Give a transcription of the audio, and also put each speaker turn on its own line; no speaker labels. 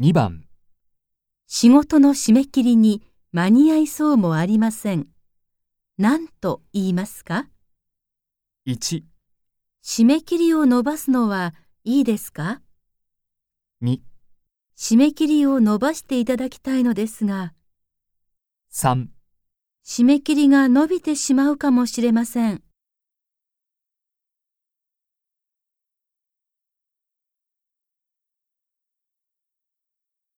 2番、
仕事の締め切りに間に合いそうもありません。何と言いますか
1、
締め切りを伸ばすのはいいですか
2、
締め切りを伸ばしていただきたいのですが、
3。
締め切りが伸びてしまうかもしれません。